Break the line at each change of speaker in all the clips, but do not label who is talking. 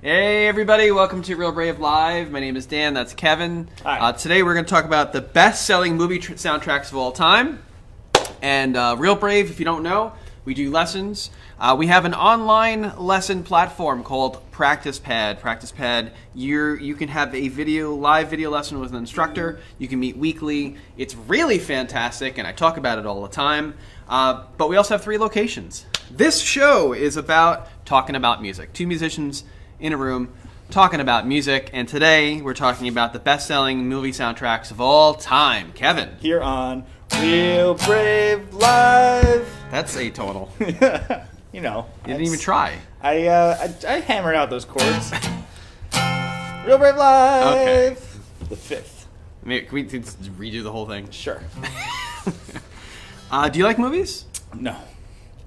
Hey everybody, welcome to Real Brave Live. My name is Dan, that's Kevin.
Hi.
Uh, today we're going to talk about the best-selling movie tr- soundtracks of all time. And uh, Real Brave, if you don't know, we do lessons. Uh, we have an online lesson platform called Practice Pad. Practice Pad, you you can have a video, live video lesson with an instructor. You can meet weekly. It's really fantastic, and I talk about it all the time. Uh, but we also have three locations. This show is about talking about music. Two musicians in a room talking about music, and today we're talking about the best-selling movie soundtracks of all time. Kevin,
here on Real Brave Live.
that's a total. You
You know,
didn't even try.
I, uh, I I hammered out those chords. Real Brave
Okay.
Live. The fifth.
Maybe, can we just redo the whole thing?
Sure.
Uh, do you like movies?
No.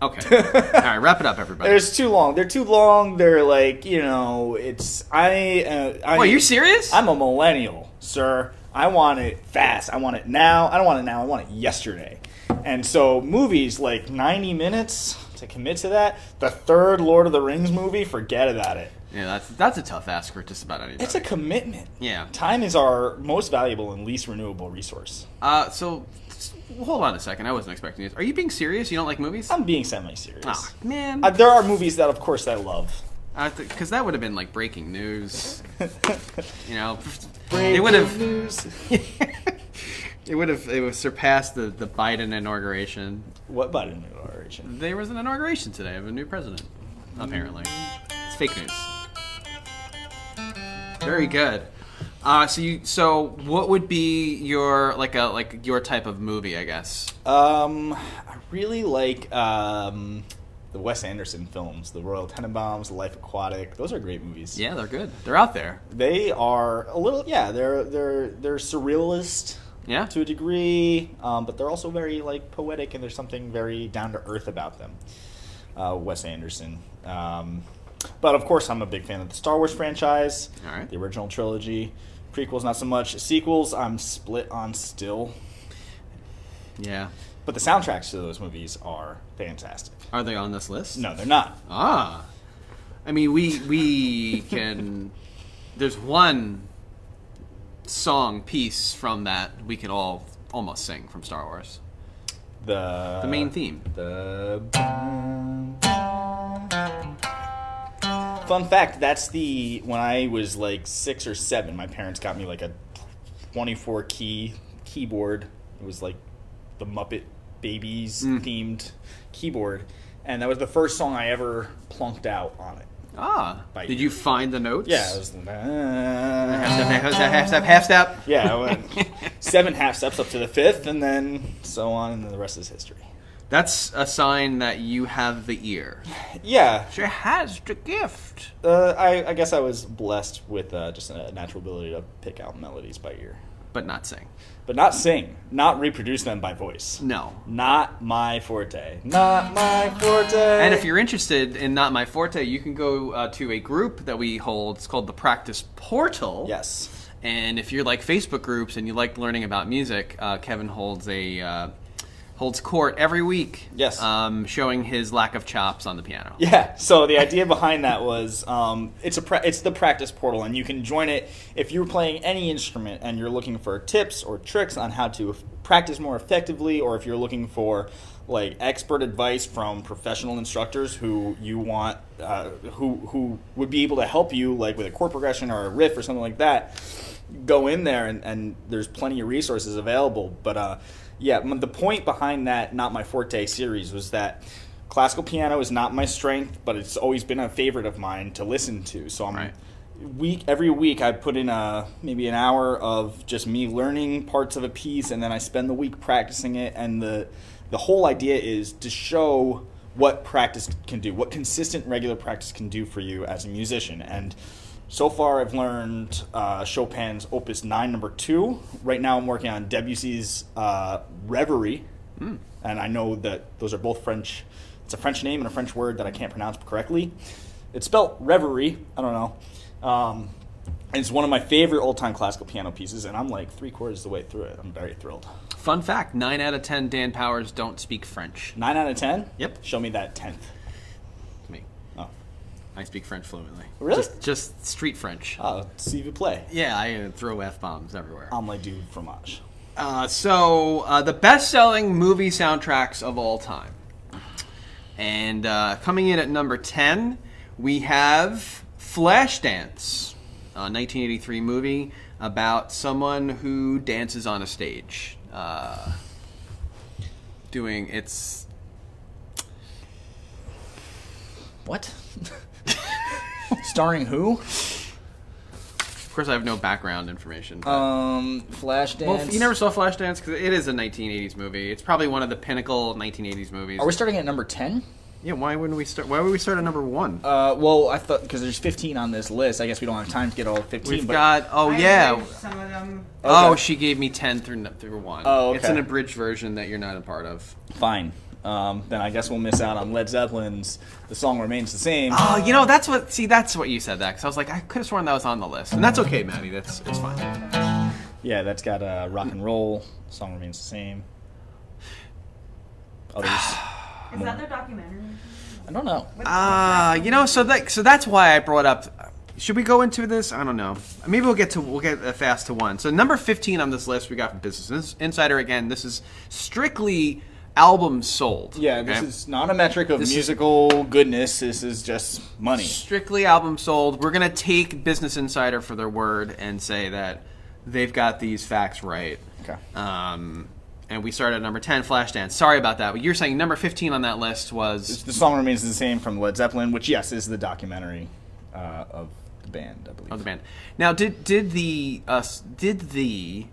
Okay. All right, wrap it up, everybody.
There's too long. They're too long. They're like you know. It's I. Uh, I
Wait, you're serious?
I'm a millennial, sir. I want it fast. I want it now. I don't want it now. I want it yesterday. And so movies like 90 minutes to commit to that. The third Lord of the Rings movie, forget about it.
yeah, that's that's a tough ask for just about anybody.
It's a commitment.
yeah.
Time is our most valuable and least renewable resource.
Uh, so s- hold on a second. I wasn't expecting this. Are you being serious? You don't like movies?
I'm being semi-serious.
Ah, man.
Uh, there are movies that, of course, I love.
Because that would have been like breaking news. you know, they
Breaking
would have.
news.
It would have. It would surpassed the the Biden inauguration.
What about a new origin?
There was an inauguration today of a new president. Apparently, it's fake news. Very good. Uh, so you, so what would be your like a like your type of movie? I guess.
Um, I really like um, the Wes Anderson films, The Royal Tenenbaums, The Life Aquatic. Those are great movies.
Yeah, they're good. They're out there.
They are a little, yeah, they're they're they're surrealist
Yeah.
to a degree, um, but they're also very like poetic, and there's something very down to earth about them. Uh, Wes Anderson, um, but of course, I'm a big fan of the Star Wars franchise,
All right.
the original trilogy, prequels not so much, sequels I'm split on still,
Yeah.
but the soundtracks to those movies are fantastic.
Are they on this list?
No, they're not.
Ah. I mean, we we can. there's one song piece from that we could all almost sing from Star Wars.
The
The main theme.
The fun fact that's the when I was like six or seven, my parents got me like a 24 key keyboard. It was like the Muppet Babies
Hmm.
themed keyboard, and that was the first song I ever plunked out on it.
Ah.
By
Did
ear.
you find the notes?
Yeah, it was.
Half step, half step, half step, half step.
yeah, I went seven half steps up to the fifth, and then so on, and then the rest is history.
That's a sign that you have the ear.
Yeah,
She has the gift.
Uh, I, I guess I was blessed with uh, just a natural ability to pick out melodies by ear,
But not sing.
but not sing, not reproduce them by voice.
No.
Not my forte. Not my forte.
And if you're interested in Not My Forte, you can go uh, to a group that we hold. It's called the Practice Portal.
yes,
And if you're like Facebook groups and you like learning about music, uh, Kevin holds a uh, holds court every week.
Yes.
Um, showing his lack of chops on the piano.
yeah. So the idea behind that was um, it's a pra- it's the practice portal, and you can join it if you're playing any instrument and you're looking for tips or tricks on how to f- practice more effectively, or if you're looking for like expert advice from professional instructors who you want uh, who who would be able to help you like with a chord progression or a riff or something like that go in there and, and there's plenty of resources available but uh, yeah m- the point behind that not my forte series was that classical piano is not my strength but it's always been a favorite of mine to listen to so i'm
Right.
week every week i put in a maybe an hour of just me learning parts of a piece and then i spend the week practicing it and the the whole idea is to show what practice can do what consistent regular practice can do for you as a musician and so far i've learned uh, chopin's opus 9 number 2 right now i'm working on debussy's uh, reverie and I know that those are both French. It's a French name and a French word that I can't pronounce correctly. It's spelled reverie. I don't know. Um, and it's one of my favorite old-time classical piano pieces, and I'm like three quarters of the way through it. I'm very thrilled.
Fun fact: nine out of ten Dan Powers don't speak French.
Nine out of ten.
Yep.
Show me that tenth.
Me.
Oh,
I speak French fluently.
Really?
Just, just street French.
Uh.
Oh, see if you play.
yeah, I uh, throw f bombs everywhere.
Omelette du fromage.
Uh, so uh, the best-selling movie soundtracks of all time, and uh, coming in at number ten, we have Flashdance, a 1983 movie about someone who dances on a stage, uh, doing it's
What? Starring who?
of course I have no background information. but-
Um, Flashdance.
well, you never saw Flashdance because it is a 1980s movie. It's probably one of the pinnacle 1980s movies.
Are we starting at number ten?
yeah, why wouldn't we start? Why would we start at number one?
Uh, well, I thought because there's 15 on this list. I guess we don't have time to get all 15.
We've
but
got oh
I
yeah.
read Some of them.
Oh,
Okay.
she gave me ten through n- through one.
Oh,
it's
okay.
an abridged version that you're not a part of.
fine. Um, then I guess we'll miss out on Led Zeppelin's "The Song Remains the Same."
Oh, you know that's what. See, that's what you said that because I was like, I could have sworn that was on the list, and that's okay, Maddie. That's it's fine.
Yeah, that's got uh, rock and roll. "Song Remains the Same." Others, I
Is that their documentary?
don't know.
Ah, you know, so that so that's why I brought up. Should we go into this? I don't know. Maybe we'll get to we'll get uh, fast to one. So number fifteen on this list we got from Business Insider again. This is strictly albums sold.
Yeah, this
okay?
is not a metric of
This is-
musical goodness. This is just money.
strictly album sold. We're gonna take Business Insider for their word and say that they've got these facts right.
Okay.
Um, and we started at number ten, Flashdance. Sorry about that, but you're saying number fifteen on that list was
The song remains the same from Led Zeppelin, which yes is the documentary uh, of the band, I believe.
of the band. Now, did did the uh, s- did the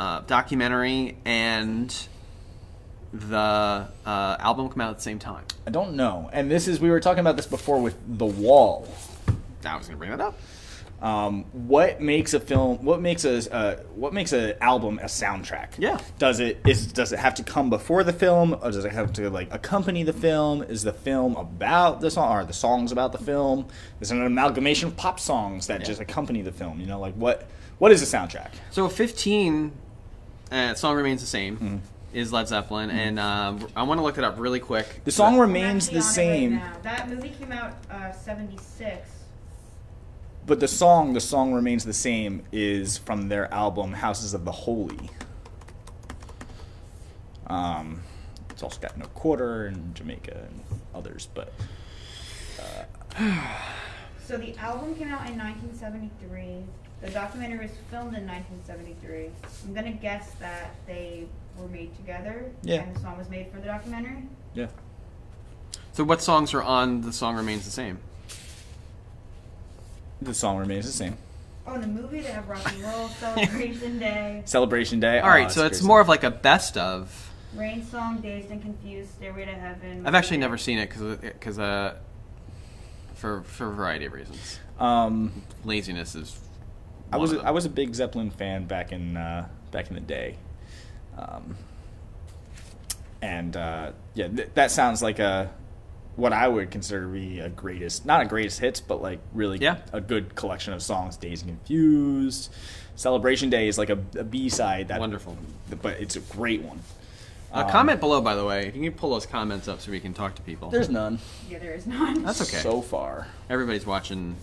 uh, documentary and the uh, album come out at the same time?
I don't know. And this is we were talking about this before with The Wall.
I was gonna bring that up.
Um, what makes a film? What makes a uh, what makes an album a soundtrack?
Yeah.
Does it is does it have to come before the film, or does it have to like accompany the film? Is the film about the song, or are the songs about the film? Is it an amalgamation of pop songs that just accompany the film? You know, like what what is a soundtrack?
So 15, uh, song remains the same,
Mm-hmm.
is Led Zeppelin, and uh, I want to look it up really quick.
The song
I'm
remains
actually
the
on it right
same.
now. That movie came out uh, 76.
But the song, the song remains the same, is from their album Houses of the Holy. Um, it's also got No Quarter and Jamaica and others, but
So the album came out in 1973. The documentary was filmed in 1973. I'm gonna guess that they were made together.
Yeah.
And the song was made for the documentary.
yeah.
So what songs are on The Song Remains the Same?
The song remains the same.
Oh, in the movie they have rock and roll, celebration day,
Celebration Day. Ah,
All right, so it's more of like a best of.
rain song, dazed and confused, stairway to heaven.
I've actually never seen it because uh, for for a variety of reasons.
Um,
Laziness is.
I
one
was
of
a,
them.
I was a big Zeppelin fan back in uh, back in the day, um, and uh, yeah, th- that sounds like a what I would consider to be a greatest not a greatest hits, but like really
Yeah.
a good collection of songs. Days Confused, Celebration Day is like a, a B side that
Wonderful.
but it's a great one. Um,
Uh, comment below, by the way. If you can pull those comments up so we can talk to people.
There's none
Yeah, there is none.
That's okay.
so far.
Everybody's watching.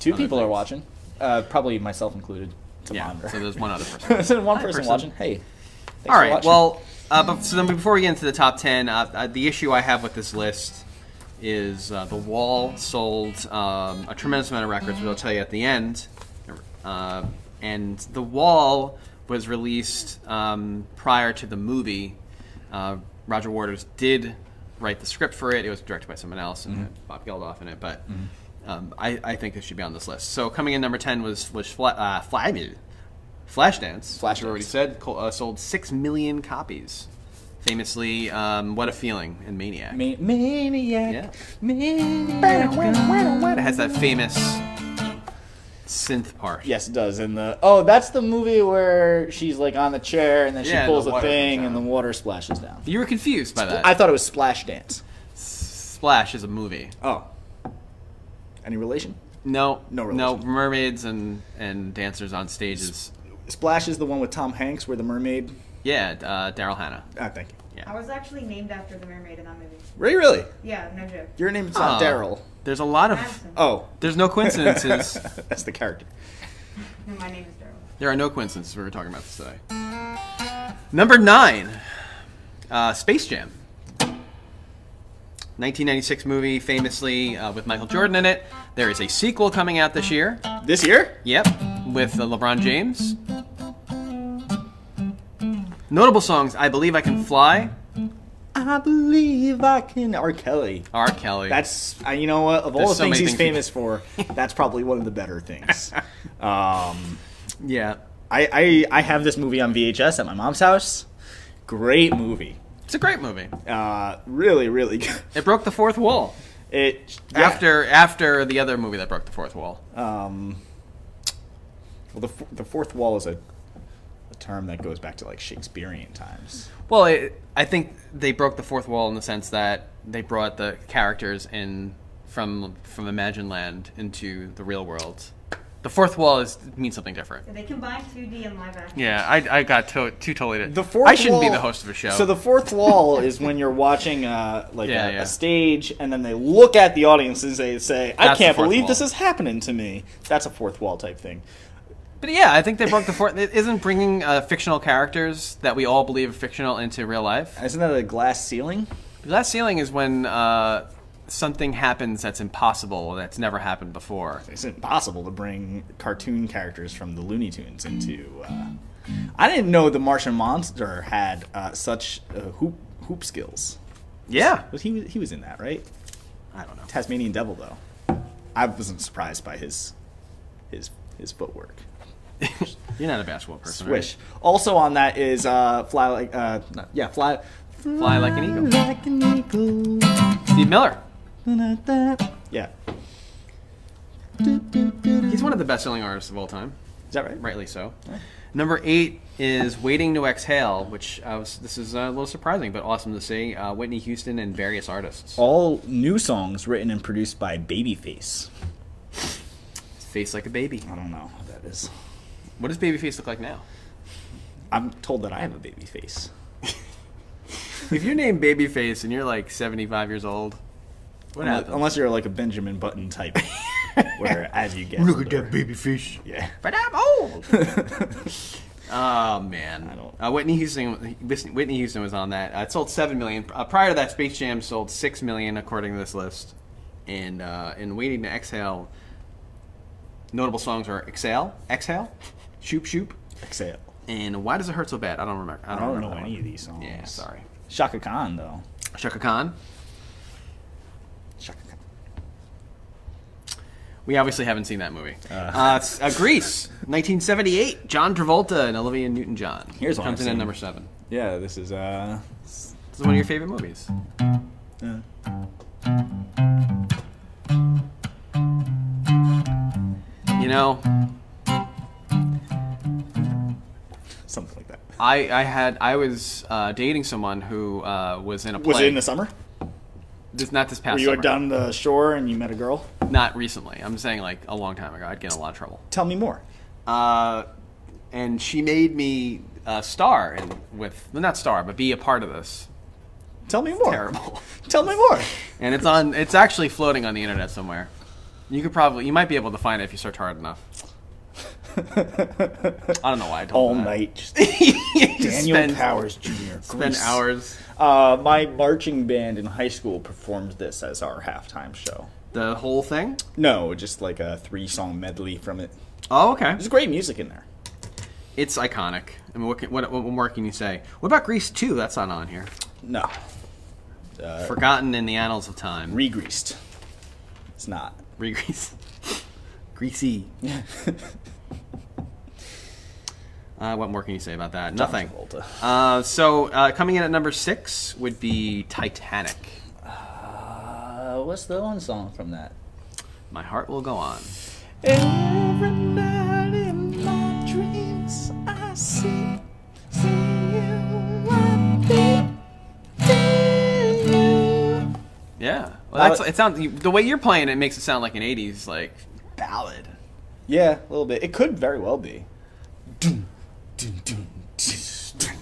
Two
Other
people are
things.
watching, uh, probably myself included. To
yeah.
monitor.
So there's one other person.
There's one
Hi,
person,
person.
watching. Hey. thanks
All
for
right.
watching.
Well, uh, but, so then before we get into the top ten, uh, uh, the issue I have with this list is uh, the Wall sold um, a tremendous amount of records, which I'll tell you at the end. Uh, and the Wall was released um, prior to the movie. Uh, Roger Waters did write the script for it. It was directed by someone else and
Mm-hmm.
had Bob Geldof in it, but. Um, I, I think this should be on this list. So coming in number ten was was Fla- uh, Fly, Flashdance,
Flashdance.
which we already said, co- uh, sold six million copies. Famously, um, "What a Feeling" and "Maniac."
Ma- maniac.
Yeah.
Maniac.
It has that famous synth part.
Yes, it does. And the oh, that's the movie where she's like on the chair and then she
Yeah, and
pulls
the
a
water
thing
comes
and the
out.
water splashes down.
You were confused by that.
I thought it was Splash Dance.
Splash is a movie.
Oh, any relation?
No,
No
no
relation.
mermaids and and dancers on stages.
Splash is the one with Tom Hanks where the mermaid
Yeah, uh, Daryl Hannah.
Ah, thank you.
I was actually named after the mermaid in that movie.
Really, really?
Yeah, no joke.
Your name's not
Oh.
Daryl.
There's a lot of.
Madison.
Oh,
There's no coincidences.
that's the character.
No, my name is Daryl.
there are no coincidences. We were talking about this today. Number nine, uh, Space Jam. 1996 movie, famously uh, with Michael Jordan in it. There is a sequel coming out this year.
This year?
Yep, with uh, LeBron James. Notable songs: "I Believe I Can Fly,"
I believe I can. R. Kelly.
R. Kelly.
That's uh, you know what of all
There's
the
so
things
many
he's
things we-
famous for, that's probably one of the better things. um,
yeah,
I, I I have this movie on VHS at my mom's house. Great movie.
it's a great movie.
Uh, really, really good.
It broke the fourth wall
It
after after the other movie that broke the fourth wall.
Um, well, the f- the fourth wall is a, a term that goes back to like Shakespearean times.
Well, it, I think they broke the fourth wall in the sense that they brought the characters in from from Imagine Land into the real world. The fourth wall is means something different.
So they combined 2D and live action.
Yeah, I, I got to, too totally.
The fourth.
I shouldn't be
wall-
the host of a show.
So the fourth wall is when you're watching uh, like
Yeah,
a,
yeah.
a stage, and then they look at the audience and they say, "I
That's the
can't
fourth
believe
wall.
this is happening to me." That's a fourth wall type thing.
but yeah, I think they broke the fourth. It isn't bringing uh, fictional characters that we all believe are fictional into real life.
Isn't that a glass ceiling?
The last ceiling is when uh, something happens that's impossible that's never happened before.
It's impossible to bring cartoon characters from the Looney Tunes into. Uh, I didn't know the Martian Monster had uh, such uh, hoop hoop skills.
Yeah,
Was he he was in that right?
I don't know.
Tasmanian Devil though. I wasn't surprised by his his his footwork.
You're not a basketball person. right?
Swish. Also on that is uh fly like uh no, yeah fly
Fly like an eagle.
like an eagle.
Steve Miller.
Yeah.
He's one of the best selling artists of all time,
Is that right?
rightly so. Number eight is Waiting to Exhale, which I was, this is uh, a little surprising but awesome to see. Uh, Whitney Houston and various artists.
All new songs written and produced by Babyface.
Face like a baby.
I don't know what that is.
What does baby face look like now?
I'm told that I have a baby face.
if you name Babyface and you're like 75 years old, what
Unless,
happens?
unless you're like a Benjamin Button type, where as you get older-
baby face.
Yeah.
But I'm old. oh man.
I don't-
Uh, Whitney Houston. Whitney Houston was on that. Uh, it sold seven million. Uh, prior to that, Space Jam sold six million, according to this list. And uh, in Waiting to Exhale, notable songs are Exhale, Exhale, Shoop Shoop,
Exhale.
and Why Does It Hurt So Bad? I don't remember.
I don't know
remember that
any
one.
of these songs.
Yeah, sorry.
Shaka Khan though.
Shaka Khan.
Shaka Khan.
We obviously haven't seen that movie. Uh,
Uh.
s- uh, Greece, 1978. John Travolta and Olivia Newton-John.
Here's one
comes
I've
in at
seen.
number seven.
Yeah, this is uh.
This is one of your favorite movies.
uh,
You know,
something like that.
I, I had I was uh, dating someone who uh, was in a play.
Was it in the summer?
This- not this past
Were you
summer.
down the shore and you met a girl?
Not recently. I'm saying like a long time ago. I'd get in a lot of trouble.
Tell me more.
Uh, and she made me a star and with well, not star but be a part of this.
Tell me more.
Terrible.
Tell me more.
And it's on. It's actually floating on the internet somewhere. You could probably you might be able to find it if you search hard enough. I don't know why I told
All
her that.
night. just Daniel
spend,
Powers Jr.
Spend
Grease.
hours.
Uh, my marching band in high school performed this as our halftime show.
The whole thing.
No, just like a three-song medley from it.
Oh, okay.
There's great music in there.
It's iconic. I mean, what, can, what, what more can you say? What about Grease 2? That's not on here.
No, uh,
Forgotten in the annals of time.
re-greased. It's not.
Re-grease. Greasy. Uh, what more can you say about that? Nothing.
Travolta.
Uh, so, uh, coming in at number six would be Titanic.
Uh, what's the one song from that?
My heart will go on.
Every night in my dreams, I see, see you, I think, feel you.
Yeah.
Uh,
Well, that's, it sounds you- the way you're playing it makes it sound like an '80s like ballad.
Yeah, a little bit. It could very well be. Dun, dun, dun, dun, dun,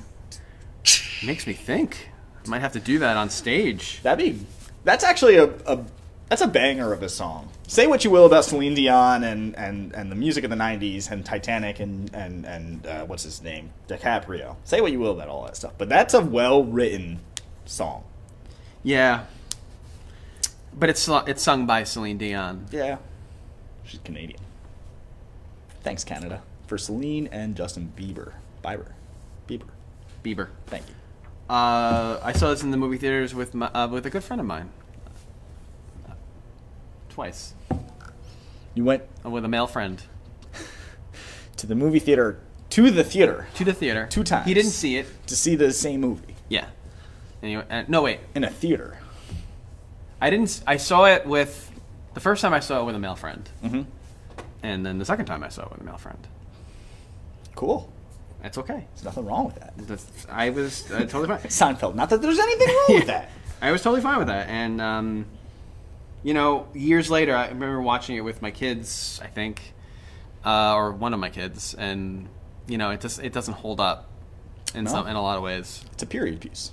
Makes me think. I might have to do that on stage.
That'd be. That's actually a, a. That's a banger of a song. Say what you will about Celine Dion and, and, and the music of the '90s and Titanic and and and uh, what's his name DiCaprio. Say what you will about all that stuff, but that's a well written song.
Yeah. But it's su- it's sung by Celine Dion.
Yeah, she's Canadian. Thanks Canada for Celine and Justin Bieber. Bieber, Bieber.
Bieber.
Thank you.
Uh, I saw this in the movie theaters with my, uh, with a good friend of mine. Twice.
You went
Uh, With a male friend.
to the movie theater to the theater
To the theater.
Two times.
He didn't see it.
to see the same movie
Yeah. Anyway, and, no, wait.
in a theater.
I didn't. s- I saw it with. The first time I saw it with a male friend.
Mm-hmm.
And then the second time I saw it with a male friend.
Cool.
That's okay.
There's nothing wrong with that.
That's- I was uh, totally fine.
Seinfeld. Not that there's anything wrong with that.
I was totally fine with that. And, um, you know, years later, I remember watching it with my kids, I think, uh, or one of my kids, and you know, it just it doesn't hold up in
No.
some in a lot of ways.
It's a period piece.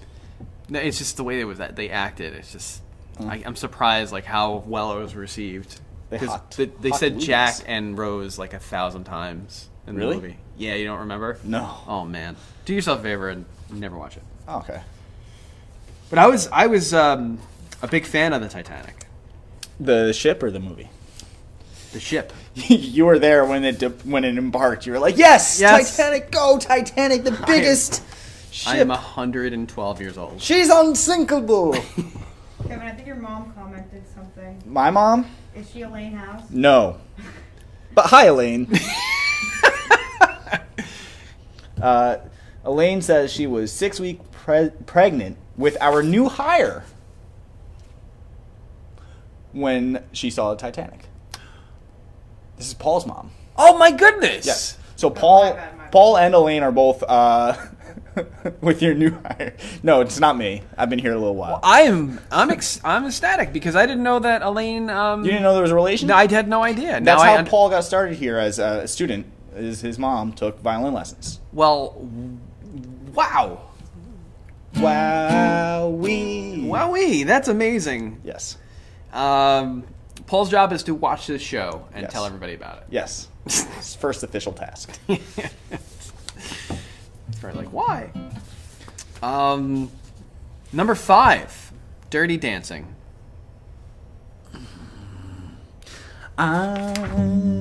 No, It's just the way it was that they acted. It's just I, I'm surprised like how well it was received.
They
'Cause
hot-
the- Mm. they
hot
said
lubes.
Jack and Rose like a thousand times in
Really?
the movie. Yeah, you don't remember?
No.
Oh man, do yourself a favor and never watch it.
Oh, okay.
But I was I was um, a big fan of the Titanic,
The ship or the movie?
the ship.
you were there when it dip- when it embarked. You were like, yes,
Yes.
Titanic, go Titanic, the biggest
I
ship.
am 112 years old.
She's unsinkable.
Kevin, I think your mom commented something.
My mom?
Is she Elaine House?
No. But hi, Elaine. uh, Elaine says she was six week pre- pregnant with our new hire when she saw Titanic. This is Paul's mom.
Oh my goodness!
Yes. So Paul,
bad, my bad.
Paul and Elaine are both uh, with your new hire. No, it's not me. I've been here a little while.
I am. I'm. Ex- I'm ecstatic because I didn't know that Elaine. Um,
you didn't know there was a relation?
No, I had no idea.
That's
now
how
I un-
Paul got started here as a student. Is his mom took violin lessons?
Well, w- wow,
Wowee.
wowee, that's amazing.
Yes.
Um, Paul's job is to watch this show and
Yes.
tell everybody about it.
Yes. His first official task.
It's very like why? Um, number five, Dirty Dancing.
I've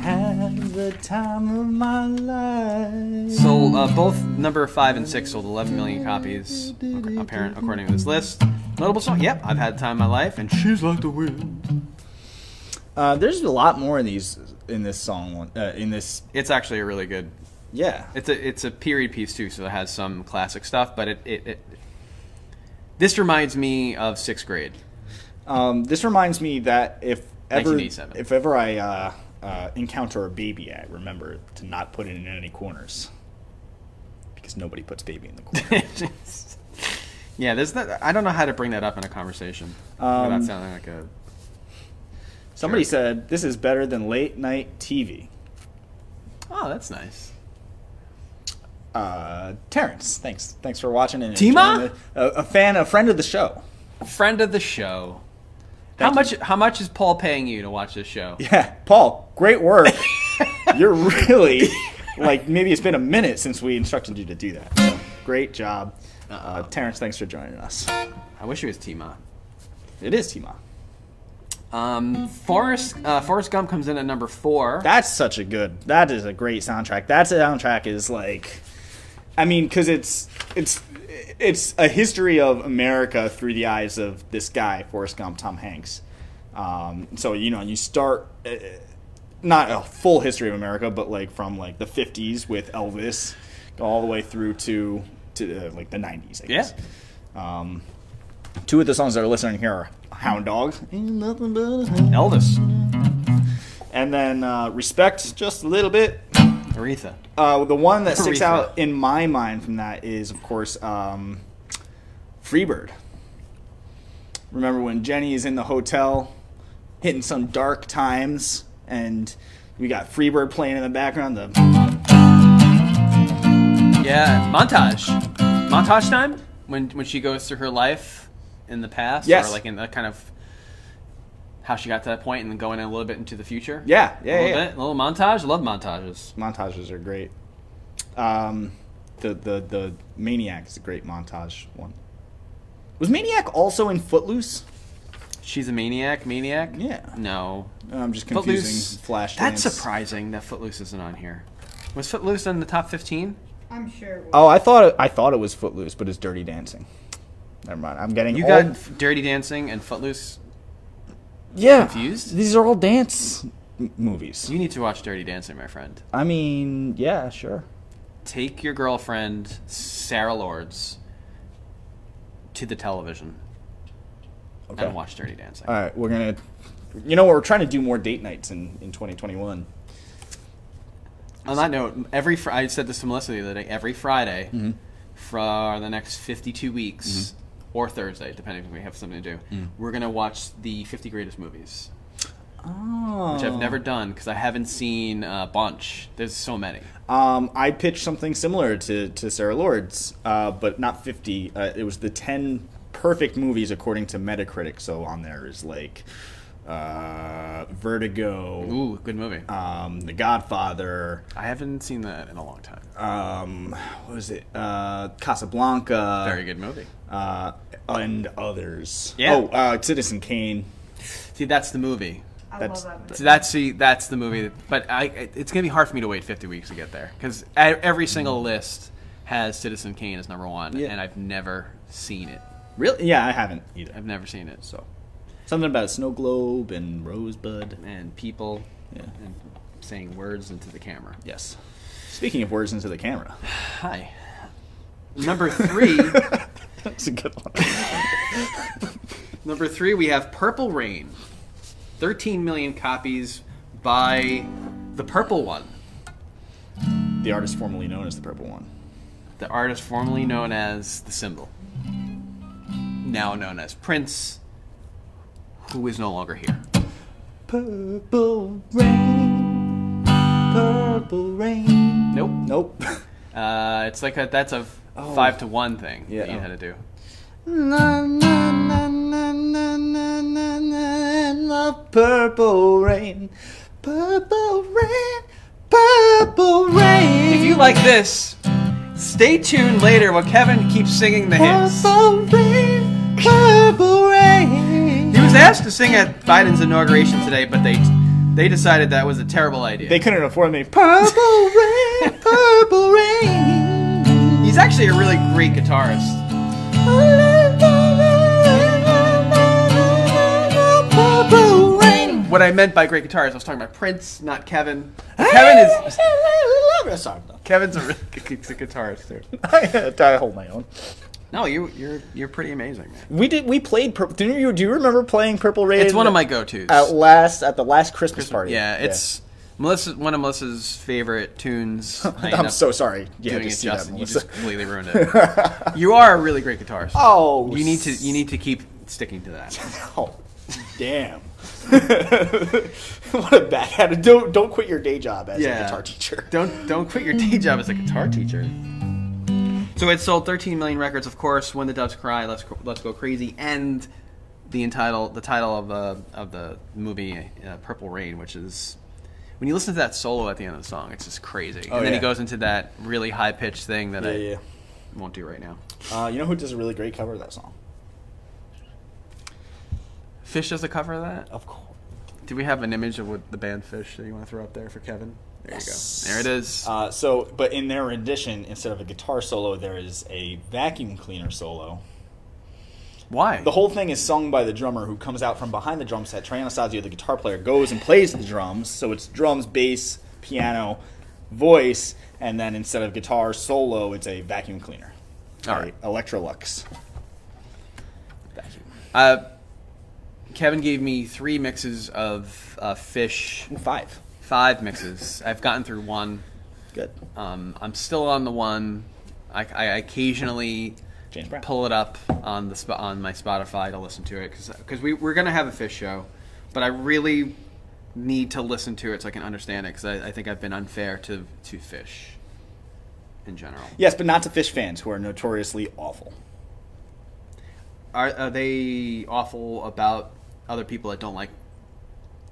had the time of my life.
Sold uh, both number five and six sold 11 million copies, ac- apparent according to this list. Notable song, yep. I've had time in my life, and she's like the wind.
Uh, there's a lot more in these in this song. Uh, in this,
It's actually a really good.
yeah.
It's a it's a period piece too, so it has some classic stuff. But it it, it this reminds me of sixth grade.
Um, this reminds me that if ever
1987.
if ever I uh, uh, encounter a baby, I remember to not put it in any corners because nobody puts baby in the corner.
yeah, there's that. I don't know how to bring that up in a conversation
Um,
without sounding like a.
Somebody
Sure.
said this is better than late night TV.
Oh, that's nice.
Uh, Terrence, thanks, thanks for watching and
Tima?
enjoying the- a, a fan, a friend of the show.
Friend of the show.
Thank
how
you.
much? How much is Paul paying you to watch this show?
Yeah, Paul, great work. You're really like maybe it's been a minute since we instructed you to do that. So, great job, uh, Terrence. Thanks for joining us.
I wish it was Tima.
It is Tima.
Um, Forrest uh, Forrest Gump comes in at number four.
That's such a good. That is a great soundtrack. That soundtrack is like, I mean, because it's it's it's a history of America through the eyes of this guy Forrest Gump, Tom Hanks. Um, so you know, you start uh, not a full history of America, but like from like the '50s with Elvis, all the way through to to uh, like the '90s. I guess. Um, two of the songs that are listening here are "Hound Dog," Ain't nothing but a hound
Elvis,
and then uh, respect just a little bit.
Aretha.
Uh, the one that sticks
Aretha.
out in my mind from that is, of course, um, Freebird. Remember when Jenny is in the hotel, hitting some dark times, and we got Freebird playing in the background. The
Yeah, montage. montage time when when she goes through her life in the past,
Yes.
or like in the kind of how she got to that point, and then going a little bit into the future.
Yeah,
a
yeah,
little
yeah.
bit, a little montage. Love montages.
Montages are great. Um, the the the Maniac is a great montage one. Was Maniac also in Footloose?
She's a maniac. Maniac.
Yeah.
No.
I'm just
Footloose.
confusing Flash.
That's surprising that Footloose isn't on here. Was Footloose in the top fifteen?
I'm sure. it will.
Oh, I thought it, I thought it was Footloose, but it's Dirty Dancing. Never mind. I'm getting
You
all-
got Dirty Dancing and Footloose.
yeah
confused?
These are all dance m- movies.
You need to watch Dirty Dancing, my friend.
I mean, yeah, sure.
Take your girlfriend Sarah Lords to the television
Okay.
and watch Dirty Dancing.
All right, we're gonna. You know what? We're trying to do more date nights in in 2021.
On that note, every fr- I said this to Melissa the other day. Every Friday for the next fifty-two weeks, or Thursday, depending if we have something to do, we're gonna watch the fifty greatest movies,
Oh.
which I've never done because I haven't seen a bunch. There's so many.
Um, I pitched something similar to, to Sarah Lord's, uh, but not 50. Uh, it was the 10 perfect movies according to Metacritic. So on there is like uh, Vertigo,
Ooh, good movie.
um, The Godfather,
I haven't seen that in a long time.
um, what was it? Uh, Casablanca,
Very good movie.
Uh, and others.
Yeah.
Oh, uh, Citizen Kane.
See, that's the movie.
I
that's-
love that movie.
So that's the that's the movie. That, but I, it- it's gonna be hard for me to wait 50 weeks to get there because every single list has Citizen Kane as number one,
Yeah.
and I've never seen it.
Really? Yeah, I haven't either.
I've never seen it.
So something about a snow globe and Rosebud.
And people
Yeah.
and saying words into the camera.
Yes. Speaking of words into the camera.
Hi. Number three.
That's a good one.
number three, we have Purple Rain. 13 million copies by the Purple One,
the artist formerly known as the Purple One.
the artist formerly known as the Symbol, now known as Prince, who is no longer here.
Purple rain, purple rain.
Nope.
Nope.
Uh, it's like a, that's a
Oh.
five to one thing
Yeah.
that you had to do.
na, na, na, na, na, na, na, na, na, purple rain, purple rain, purple rain.
If you like this, stay tuned later while Kevin keeps singing the hits.
purple rain, purple rain.
He was asked to sing at Biden's inauguration today, but they they decided that was a terrible idea.
They couldn't afford me. Purple rain, purple rain.
He's actually a really great guitarist.
Purple rain.
What I meant by great guitarist, I was talking about Prince, not Kevin. Kevin is
Sorry.
Kevin's a really good guitarist too.
I hold my own.
No, you you're you're pretty amazing, man.
We did. We played. Pur- do you do you remember playing Purple Rain?
It's one of my go-tos.
at last at the last Christmas party.
Yeah, it's Melissa one of Melissa's favorite tunes. I end
I'm
up
so sorry. Yeah,
doing
to
it,
see that,
Justin. You
Melissa.
just completely ruined it. you are a really great guitarist.
Oh,
you need to you need to keep sticking to that.
Oh, damn. what a bad habit. Don't don't quit your day job as a
Yeah.
guitar teacher.
Don't don't quit your day job as a guitar teacher. So it sold 13 million records, of course. When the Doves Cry, Let's Go- Let's Go Crazy, and the entitle the title of the of the movie uh, Purple Rain, which is when you listen to that solo at the end of the song, it's just crazy.
Oh,
and then
yeah.
he goes into that really high pitched thing that
Yeah,
I
yeah.
won't do right now.
Uh, you know who does a really great cover of that song?
Fish does a cover of that.
Of course.
Do we have an image of what the band Fish that you want to throw up there for Kevin? There you go. There it is.
Uh, so, but in their rendition, instead of a guitar solo, there is a vacuum cleaner solo.
Why?
The whole thing is sung by the drummer who comes out from behind the drum set. Trey Anastasio, the guitar player, goes and plays the drums. So it's drums, bass, piano, voice, and then instead of guitar solo, it's a vacuum cleaner.
All right.
A Electrolux. Vacuum.
Uh, Kevin gave me three mixes of uh, Fish,
Five.
five mixes. I've gotten through one.
Good.
Um, I'm still on the one. I, I occasionally
James Brown.
pull it up on the sp- on my Spotify to listen to it because we, we're gonna have a fish show, but I really need to listen to it so I can understand it because I, I think I've been unfair to to fish in general.
Yes, but not to fish fans who are notoriously awful.
Are, are they awful about other people that don't like?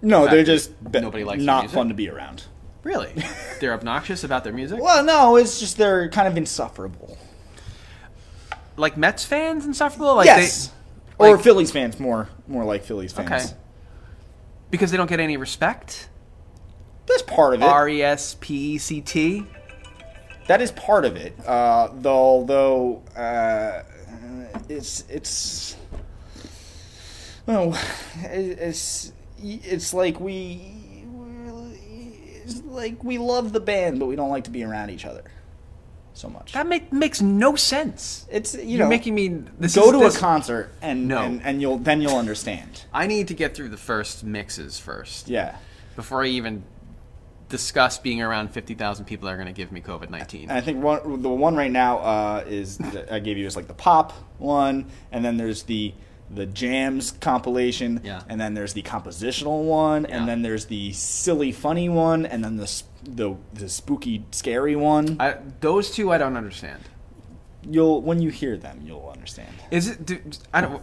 No,
fact
they're
is,
just be-
nobody likes their
not
music.
fun to be around.
Really, they're obnoxious about their music,
Well, no, it's just they're kind of insufferable.
like Mets fans insufferable. Like
yes,
they-
or
like-
Phillies fans more more like Phillies
they,
fans.
okay, because they don't get any respect.
That's part of it.
R e s p e c t.
That is part of it. Uh, though, although uh, it's it's no, it's it's like we it's like we love the band, but we don't like to be around each other so much.
That make, makes no sense.
It's you
You're
know
making me this
go
is-
to
this-
a concert and,
No.
and and you'll then you'll understand.
I need to get through the first mixes first
Yeah,
before I even discuss being around fifty thousand people that are going to give me COVID nineteen.
And I think one, the one right now uh, is that I gave you is like the pop one, and then there's the the jams compilation,
Yeah.
and then there's the compositional one,
Yeah.
and then there's the silly funny one, and then the sp- the the spooky scary one.
I, those two I don't understand.
you'll when you hear them, you'll understand.
Is it? Do, I don't.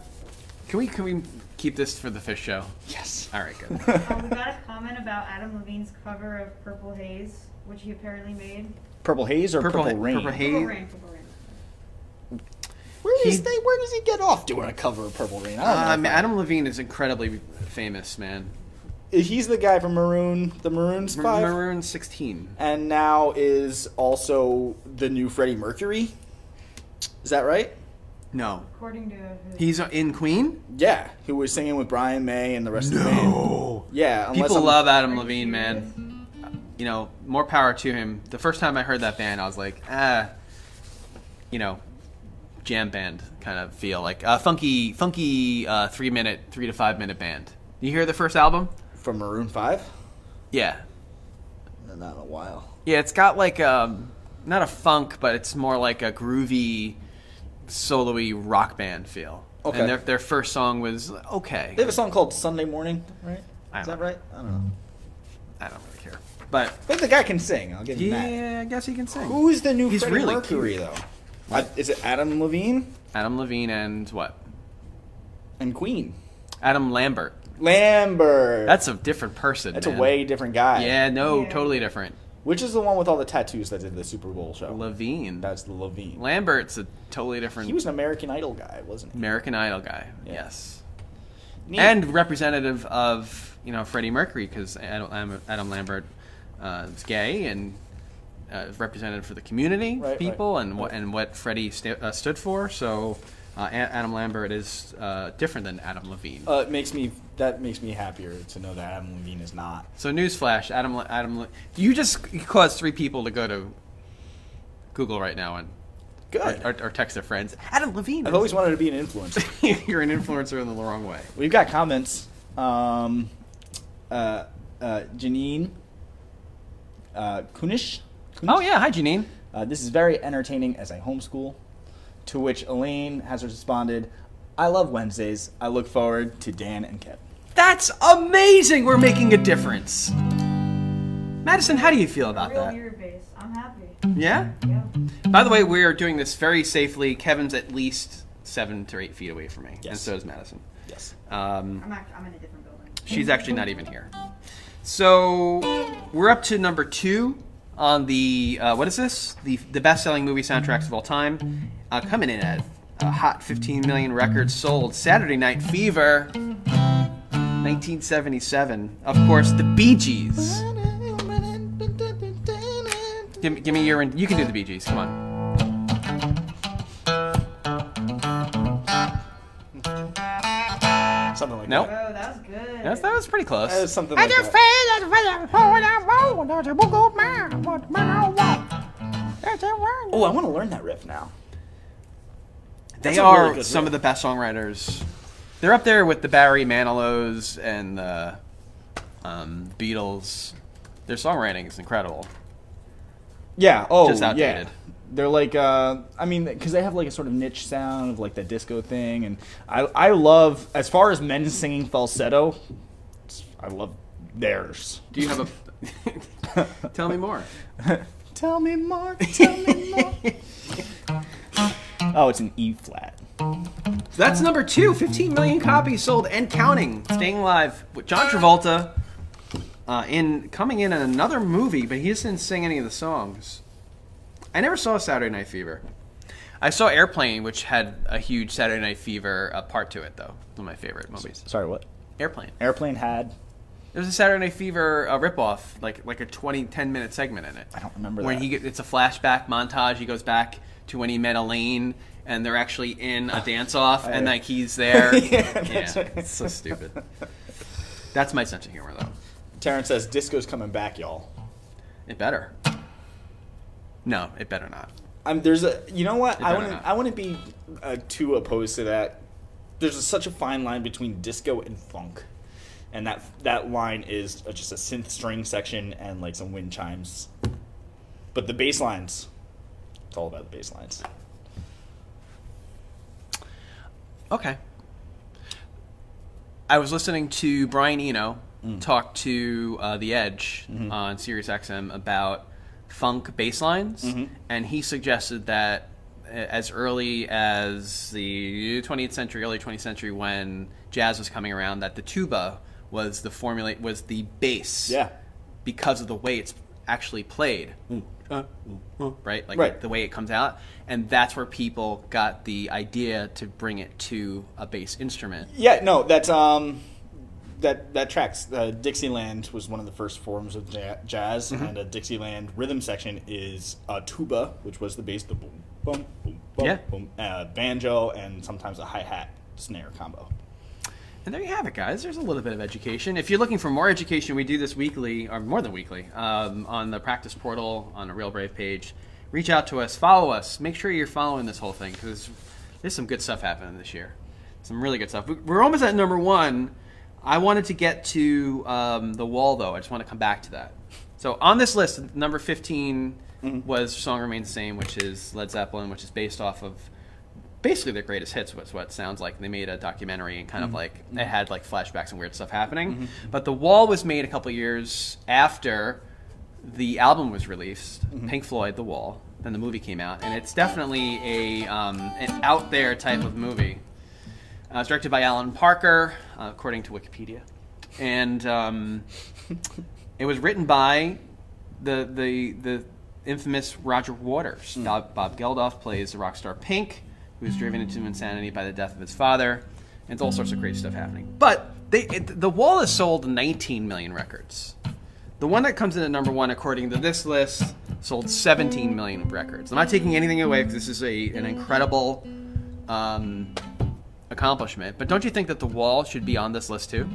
Can we can we keep this for the fish show?
Yes.
All right, good.
Um, we got a comment about Adam Levine's cover of Purple Haze, which he apparently made.
Purple haze or purple,
Purple,
rain.
Purple
Purple
haze.
Rain, Purple Rain.
Where does
He-
they, where does he get off doing a cover of Purple Rain? I don't know.
Um,
if I-
Adam Levine is incredibly famous, man.
He's the guy from Maroon, the Maroons
M-
Five,
Maroon sixteen.
and now is also the new Freddie Mercury. Is that right?
No,
According to his.
he's in Queen.
Yeah, who was singing with Brian May and the rest of the band. Yeah, unless
People
I'm-
love Adam Levine, man. You know, more power to him. The first time I heard that band, I was like, ah, you know, jam band kind of feel, like uh, funky, funky uh, three minute, three to five minute band. You hear the first album?
from Maroon Five.
Yeah,
Not in a while.
yeah. It's got like um, not a funk, but it's more like a groovy, solo-y rock band feel.
Okay.
And their their first song was okay.
They have a song called Sunday Morning, right?
I
Is
don't
that right? I don't know.
I don't really care, but
But the guy can sing. I'll give him that.
yeah, I guess he can sing.
Who is the new
He's
Freddie
really
Mercury though? I, is it Adam Levine
Adam Levine and what?
and Queen?
Adam Lambert.
Lambert.
That's a different person.
that's
man.
a way different guy.
Yeah, no,
Yeah.
totally different.
Which is the one with all the tattoos that did the Super Bowl show?
Levine.
Oh. That's Levine.
Lambert's a totally different
he was an American Idol guy, wasn't he?
American Idol guy.
Yeah.
Yes.
Neat.
And representative of you know Freddie Mercury because Adam, Adam Lambert uh, is gay and uh, is represented for the community
Right, right,
people and what
right.
and what Freddie sta uh, stood for. So uh, A- Adam Lambert is uh, different than Adam Levine.
uh, it makes me that makes me happier to know that Adam Levine is not.
So newsflash, Adam, Adam, you just caused three people to go to Google right now and
Good.
or, or text their friends. Adam Levine.
I've always wanted to be an influencer.
You're an influencer in the wrong way.
We've got comments. Um, uh, uh, Janine uh, Kunish. Kunish?
Oh yeah, hi Janine.
Uh, this is very entertaining as I homeschool. To which Elaine has responded, "I love Wednesdays. I look forward to Dan and Kev."
That's amazing. We're making a difference. Madison, how do you feel about
Real
that?
mirror base. I'm happy.
Yeah.
Yeah.
By the way, we are doing this very safely. Kevin's at least seven to eight feet away from me, and
Yes.
so is Madison.
Yes.
Um,
I'm, act- I'm in a different building.
She's actually not even here. So we're up to number two on the uh, what is this? The the best-selling movie soundtracks of all time, uh, coming in at a hot 15 million records sold. Saturday Night Fever, 1977. Of course, the Bee Gees. Give, me- give me your you can do the Bee Gees. Come on.
Something like
No.
that.
Oh, that was good.
That's, that was pretty close.
Uh, something like that. Oh, I want to learn that riff now.
They
That's a
are
really good
some
riff.
of the best songwriters. They're up there with the Barry Manilows and the um, Beatles. Their songwriting is incredible.
Yeah. Oh,
Just outdated.
yeah. They're like, uh, I mean, because they have like a sort of niche sound of like that disco thing, and I, I love as far as men singing falsetto, it's- I love theirs.
Do you have a? Tell me more.
Tell me more. Tell me more. oh, it's an E flat.
So that's number two. 15 million copies sold and counting. Staying Alive with John Travolta uh, in coming in in another movie, but he just didn't sing any of the songs. I never saw Saturday Night Fever. I saw Airplane, which had a huge Saturday Night Fever uh, part to it, though. One of my favorite movies.
Sorry, what?
Airplane.
Airplane had.
There's a Saturday Night Fever uh, ripoff, like like a 20, 10 minute segment in it.
I don't remember
When
that.
he get, it's a flashback montage. He goes back to when he met Elaine, and they're actually in a dance off, and
I-
like he's there.
Oh, Yeah,
yeah,
that's right.
it's so stupid. That's my sense of humor, though.
Terrence says disco's coming back, y'all.
It better. No, it better not.
I'm, there's a you know what
You
I
better
wouldn't
not.
I wouldn't be uh, too opposed to that. There's a, such a fine line between disco and funk, and that that line is just a synth string section and like some wind chimes, but the bass lines, it's all about the bass lines.
Okay. I was listening to Brian Eno talk to uh, The Edge on Sirius XM about funk bass lines, and he suggested that uh, as early as the 20th century, early 20th century, when jazz was coming around, that the tuba was the formulate was the bass,
Yeah.
because of the way it's actually played, right? Like
Right.
the way it comes out, and that's where people got the idea to bring it to a bass instrument.
Yeah, no, that's um, that that tracks. Uh, Dixieland was one of the first forms of ja- jazz, and a Dixieland rhythm section is a tuba, which was the bass, the boom, boom, boom, boom,
Yeah.
boom, uh, banjo, and sometimes a hi hat snare combo.
And there you have it, guys. There's a little bit of education. If you're looking for more education, we do this weekly, or more than weekly, um, on the practice portal, on the Real Brave page. Reach out to us, follow us, make sure you're following this whole thing because there's some good stuff happening this year. Some really good stuff. We- We're almost at number one. I wanted to get to um, the wall, though. I just want to come back to that. So on this list, number 15 was Song Remains the Same, which is Led Zeppelin, which is based off of basically their greatest hits was what it sounds like. They made a documentary and kind of like it had like flashbacks and weird stuff happening. But The Wall was made a couple years after the album was released, Pink Floyd, The Wall. Then the movie came out, and it's definitely a um, an out there type of movie. Uh, it's directed by Alan Parker, uh, according to Wikipedia, and um, it was written by the the the infamous Roger Waters. Bob, Bob Geldof plays the rock star Pink, who is driven into insanity by the death of his father, and it's all sorts of crazy stuff happening. But they, it, the Wall has sold 19 million records. The one that comes in at number one, according to this list, sold 17 million records. I'm not taking anything away because this is a, an incredible um, accomplishment. But don't you think that The Wall should be on this list too?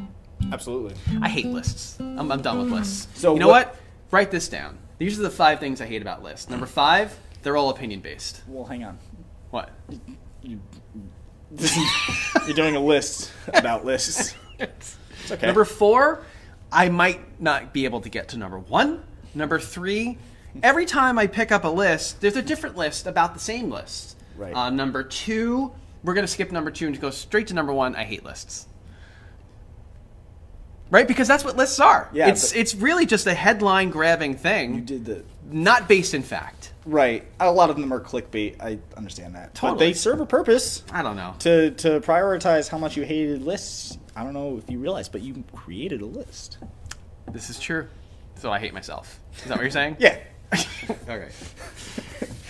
Absolutely.
I hate lists. I'm, I'm done with lists.
So
you know
what-
what? Write this down. These are the five things I hate about lists. Number five, they're all opinion based.
Well, hang on.
What?
You, you're doing a list about lists. It's okay.
Number four, I might not be able to get to number one. Number three, every time I pick up a list, there's a different list about the same list.
Right.
Uh, number two, we're gonna skip number two and go straight to number one. I hate lists. Right, because that's what lists are.
Yeah,
it's
but-
it's really just a headline grabbing
you
thing,
did the
not based in fact.
right. A lot of them are clickbait. I understand that, but they
Totally.
serve a purpose.
I don't know.
to to prioritize how much you hated lists. I don't know if you realize, but you created a list.
This is true. So I hate myself. Is that what you're saying?
Yeah.
Okay.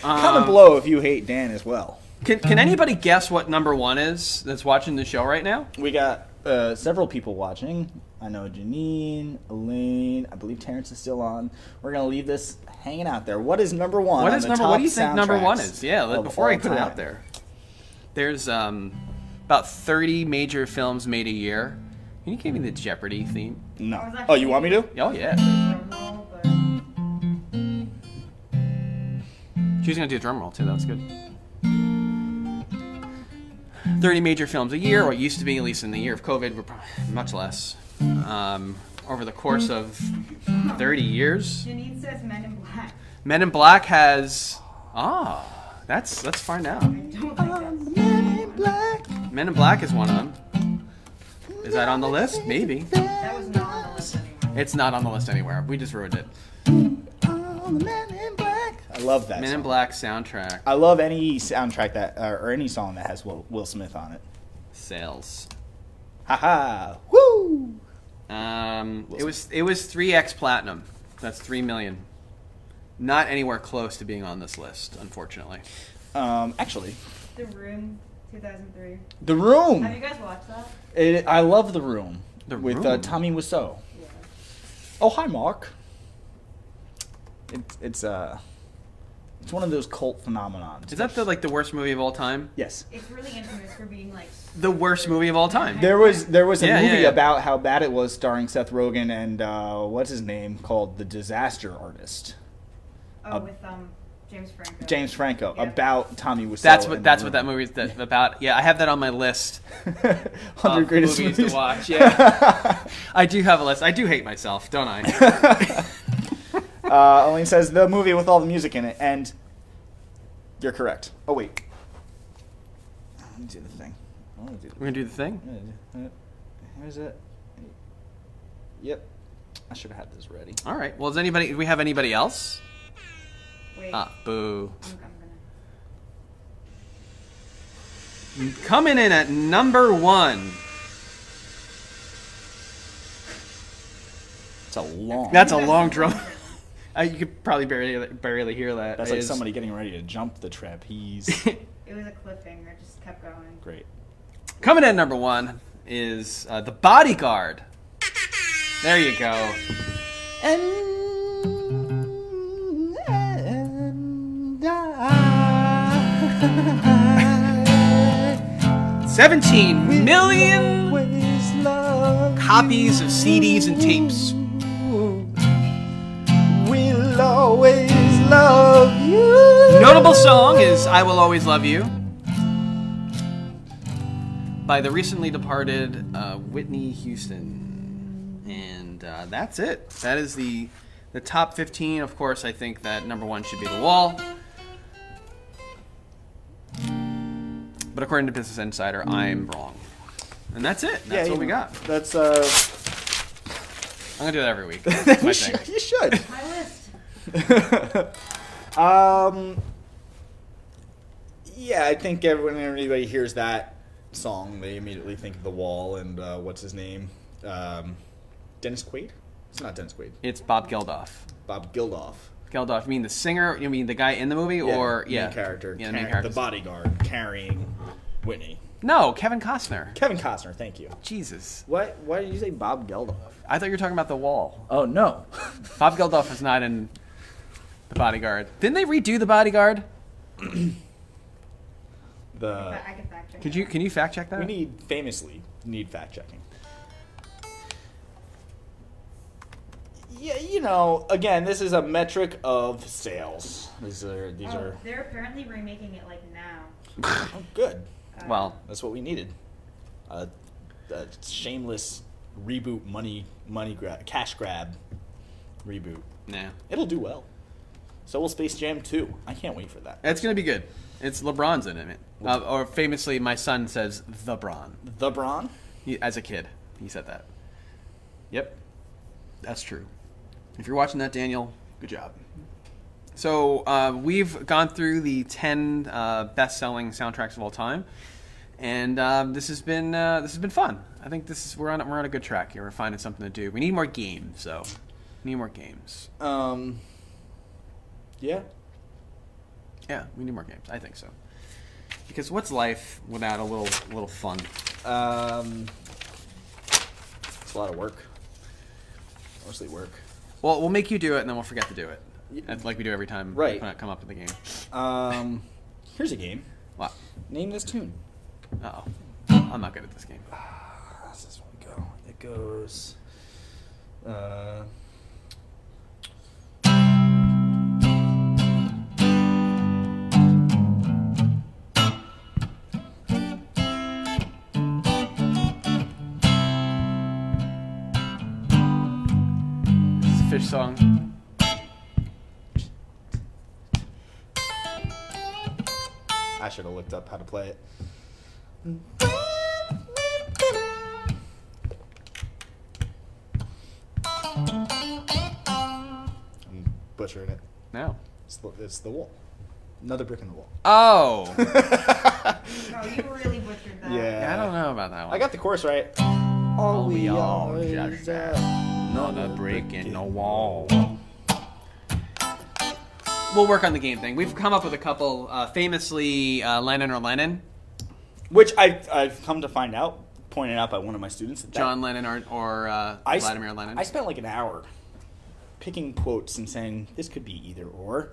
Comment below if you hate Dan as well.
Can, can anybody guess what number one is that's watching the show right now?
We got uh, several people watching. I know Janine, Elaine. I believe Terrence is still on. We're gonna leave this hanging out there. What is number one?
What
on
is
Uh, the
number? What
top
do you think number
soundtracks
one is? Yeah. let-
of
Before I
all
put it out
time?
there, there's um, about 30 major films made a year. Can you give me the Jeopardy theme?
No. Oh, you want me to?
Oh yeah.
drum roll, but-
She was gonna do a drum roll too. That was good. 30 major films a year, or it used to be, at least in the year of COVID, were pro- much less. Um, over the course of 30 years.
Janine says Men in Black.
Men in Black has ah, that's let's find out.
I don't like that.
Men in Black is one of them. Is that on the list? Maybe.
That was not on the list anymore.
It's not on the list anywhere. We just ruined it.
I love that.
Men in
song.
Black soundtrack
I love any soundtrack that or, or any song that has Will, Will Smith on it.
sales.
Ha ha! Woo!
Um, it was it was three X platinum. That's three million. Not anywhere close to being on this list, unfortunately.
Um, actually,
The Room, 2003.
The
Have you
Room.
guys watched that?
It, I love The Room
The
with Uh,
Room?
Tommy Wiseau.
Yeah.
Oh hi, Mark. It's it's uh, it's one of those cult phenomenons.
Is that the like the worst movie of all time?
yes?
It's really infamous for being like.
The worst movie of all time.
There was there was a
Yeah, yeah,
movie
yeah.
about how bad it was, starring Seth Rogen and uh, what's his name called the Disaster Artist,
Oh,
Uh,
with um, James Franco.
James Franco,
Yeah.
about Tommy Wiseau.
That's what
and
that's
The
what
Room.
that movie is that, about. Yeah, I have that on my list.
Hundred
of
greatest
movies
movies,
to watch, yeah. I do have a list. I do hate myself, don't I?
uh, Aline says the movie with all the music in it, and you're correct. Oh wait, let me do the thing. I wanna do the-
We're gonna do the thing.
uh, Here's it. Yep, I should have had this ready.
All right. Well, does anybody? Do we have anybody else?
Wait.
Ah, boo.
I'm, I'm gonna.
Coming in at number one.
It's a long.
That's a long drum. Uh, you could probably barely barely hear that.
That's like
It's-
somebody getting ready to jump the trapeze.
It was a cliffhanger. It just kept going.
Great.
Coming in at number one is uh, the Bodyguard. There you go.
And,
Seventeen million copies of CDs and tapes.
We'll always love you.
Notable song is "I Will Always Love You" by the recently departed uh, Whitney Houston, and uh, that's it. That is the the top 15. Of course, I think that number one should be The Wall, but according to Business Insider, I'm wrong, and that's it. That's
Yeah,
what
you
we got.
That's uh.
I'm gonna do that every week. That's my
you
thing.
should. You should.
My list.
um, yeah, I think everyone, when anybody hears that song, they immediately think of The Wall and uh, what's his name? Um, Dennis Quaid? It's not Dennis Quaid.
It's Bob Geldof.
Bob Geldof.
Geldof, you mean the singer? You mean the guy in the movie, or
main
yeah,
character,
Yeah, the main
car-
character.
the bodyguard carrying Whitney.
No, Kevin Costner.
Kevin Costner, thank you.
Jesus.
What? Why did you say Bob Geldof?
I thought you were talking about The Wall.
Oh no.
Bob Geldof is not in The Bodyguard. Didn't they redo The Bodyguard?
the
but I can fact check.
Could
it.
you can you fact check that?
we need famously need fact checking. Yeah, you know, again, this is a metric of sales. These are these
Oh,
are
they're apparently remaking it like now.
oh, good.
Uh,
well,
That's what we needed. A, a shameless reboot, money money grab, cash grab, reboot.
nah.
It'll do well. So will Space Jam 2. I can't wait for that.
It's gonna be good. It's LeBron's in it. Uh, or famously, my son says the Bron.
The Bron?
He, as a kid, he said that. Yep, that's true. If you're watching that, Daniel, good job. So uh, we've gone through the ten uh, best-selling soundtracks of all time, and um, this has been uh, this has been fun. I think this is we're on we're on a good track here. We're finding something to do. We need more games, so we need more games.
Um. Yeah.
Yeah, we need more games. I think so. Because what's life without a little little fun?
Um. It's a lot of work. Mostly work.
Well, we'll make you do it, and then we'll forget to do it,
Y-
That's like we do every time we
Right.
come- come up with the game.
Um. Here's a game.
Wow.
Name this tune.
Oh, I'm not good at this game.
How's this one go? It goes. Uh.
This is a fish song.
I should have looked up how to play it. I'm butchering it.
No,
It's the, it's the wall. Another brick in the wall.
Oh,
Oh, you really butchered that.
yeah.
I don't know about that one.
I got the chorus right. All
we are just another brick in the wall. We'll work on the game thing. We've come up with a couple. Uh, famously, uh, Lennon or Lennon,
Which I, I've come to find out, pointed out by one of my students. That
John Lennon or, or uh,
I s-
Vladimir Lennon.
I spent like an hour picking quotes and saying this could be either or.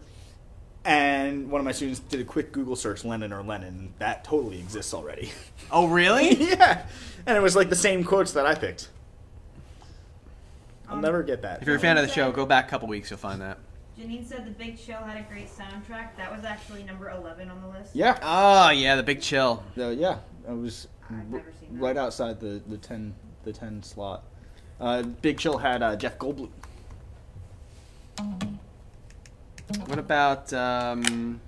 And one of my students did a quick Google search, Lennon or Lennon. That totally exists already.
oh, really?
yeah, and it was like the same quotes that I picked. I'll
Um,
never get that.
if you're a fan of the show, go back a couple weeks. You'll find that.
Janine said The Big Chill had a great soundtrack. That was actually number 11 on the list.
yeah,
Oh, yeah, the big chill.
uh, yeah, I was
I've never seen that.
right outside the, the ten the ten slot. Uh, Big Chill had uh, Jeff Goldblum.
What about um,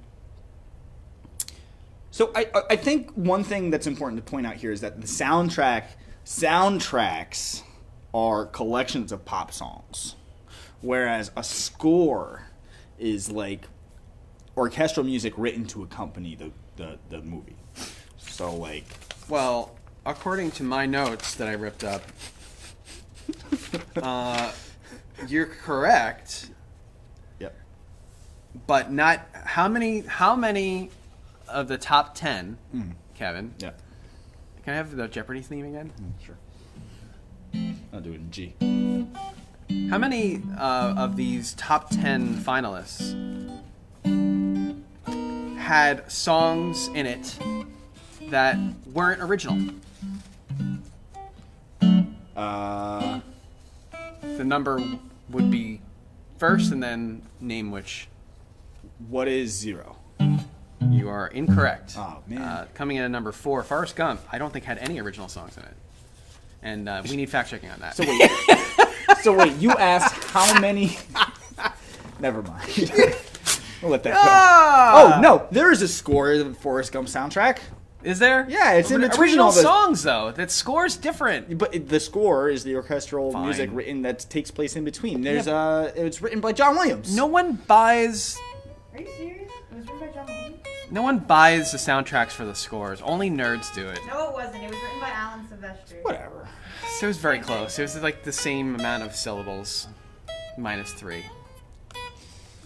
So I I- I think one thing that's important to point out here is that the soundtrack soundtracks are collections of pop songs, whereas a score is like orchestral music written to accompany the the, the movie. So like
Well, according to my notes that I ripped up, uh, you're correct,
yep.
but not how many? How many of the top ten, Kevin?
Hmm. Yeah.
Can I have the Jeopardy theme again?
Sure. I'll do it in G.
How many uh, of these top ten finalists had songs in it that weren't original?
Uh,
The number would be first, and then name which.
what is zero?
You are incorrect.
Aw, Oh, man.
Uh, coming in at number four, Forrest Gump. I don't think had any original songs in it, and uh, we need fact checking on that.
So wait. so wait, you asked how many? Never mind. we'll let that
Ah!
go. Oh no, there is a score of the Forrest Gump soundtrack,
is there?
Yeah, it's in
But
between
original
all the-
songs though. That score's different.
but it- the score is the orchestral
Fine.
music written that takes place in between. There's uh, it's written by John Williams.
No one buys.
Are you serious? It was written by John Lennon?
No one buys the soundtracks for the scores. Only nerds do it.
No, it wasn't. It was written by Alan Silvestri.
whatever.
So it was very close. It was like the same amount of syllables, minus three.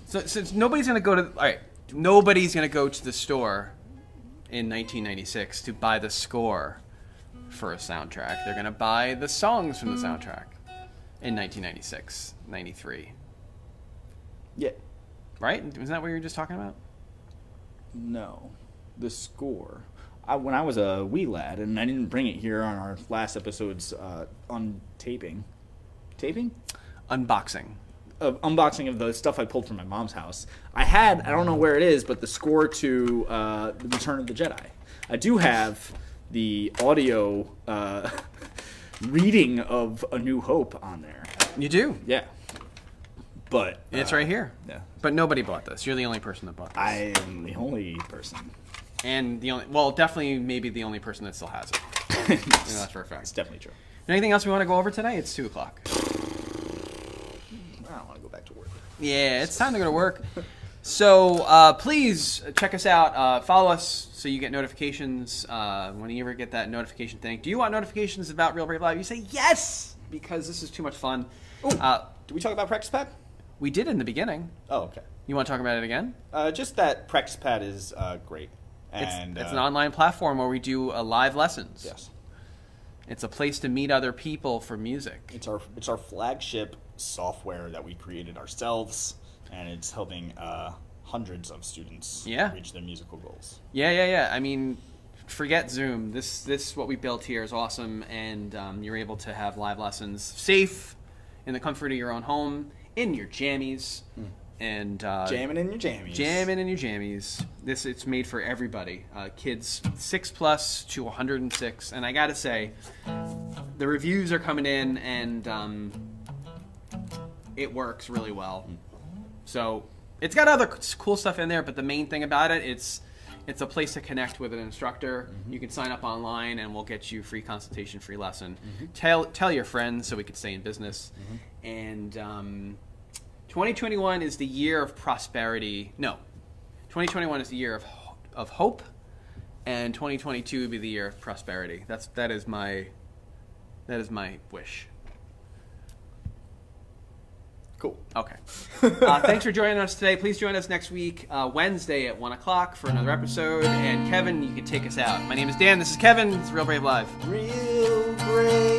So since nobody's gonna go to all right, nobody's gonna go to the store in 1996 to buy the score for a soundtrack. They're gonna buy the songs from the soundtrack in 1996, 93,
Yeah.
right? Isn't that what you were just talking about?
No, the score. I, when I was a wee lad, and I didn't bring it here on our last episode's uh, on taping, taping,
Unboxing.
of unboxing of the stuff I pulled from my mom's house. I had I don't know where it is, but the score to uh, the Return of the Jedi. I do have the audio uh, reading of A New Hope on there.
You do.
Yeah, but
It's
uh,
right here.
Yeah.
But nobody bought this. You're the only person that bought this.
I am the only person.
and the only well, definitely maybe the only person that still has it. I know that's for a fact.
It's definitely true.
Anything else we want to go over today? It's two o'clock.
I don't want to go back to work.
Yeah, it's time to go to work. So uh, please check us out. Uh, follow us so you get notifications uh, when you ever get that notification thing. Do you want notifications about Real Brave Live? You say yes because this is too much fun. Uh,
Did we talk about practice pad?
we did in the beginning.
Oh, okay.
You want to talk about it again?
Uh, just that practice pad is uh, great.
It's,
And
it's
uh,
an online platform where we do uh, live lessons.
Yes.
It's a place to meet other people for music.
It's our it's our flagship software that we created ourselves, and it's helping uh, hundreds of students
Yeah.
reach their musical goals.
Yeah, yeah, yeah. I mean, forget Zoom. This this what we built here is awesome, and um, you're able to have live lessons safe in the comfort of your own home in your jammies and uh,
Jamming in your jammies.
jamming in your jammies. This it's made for everybody, uh, kids six plus to 106. And I gotta say, the reviews are coming in, and um, it works really well. So it's got other c- cool stuff in there, but the main thing about it, it's it's a place to connect with an instructor. You can sign up online, and we'll get you free consultation, free lesson. Tell tell your friends so we could stay in business, and um, 2021 is the year of prosperity. No, 2021 is the year of ho- of hope, and 2022 would be the year of prosperity. That's that is my that is my wish.
Cool.
Okay. Uh, thanks for joining us today. Please join us next week, uh, Wednesday at one o'clock for another episode. And Kevin, you can take us out. My name is Dan. This is Kevin. It's Real Brave Live.
Real brave.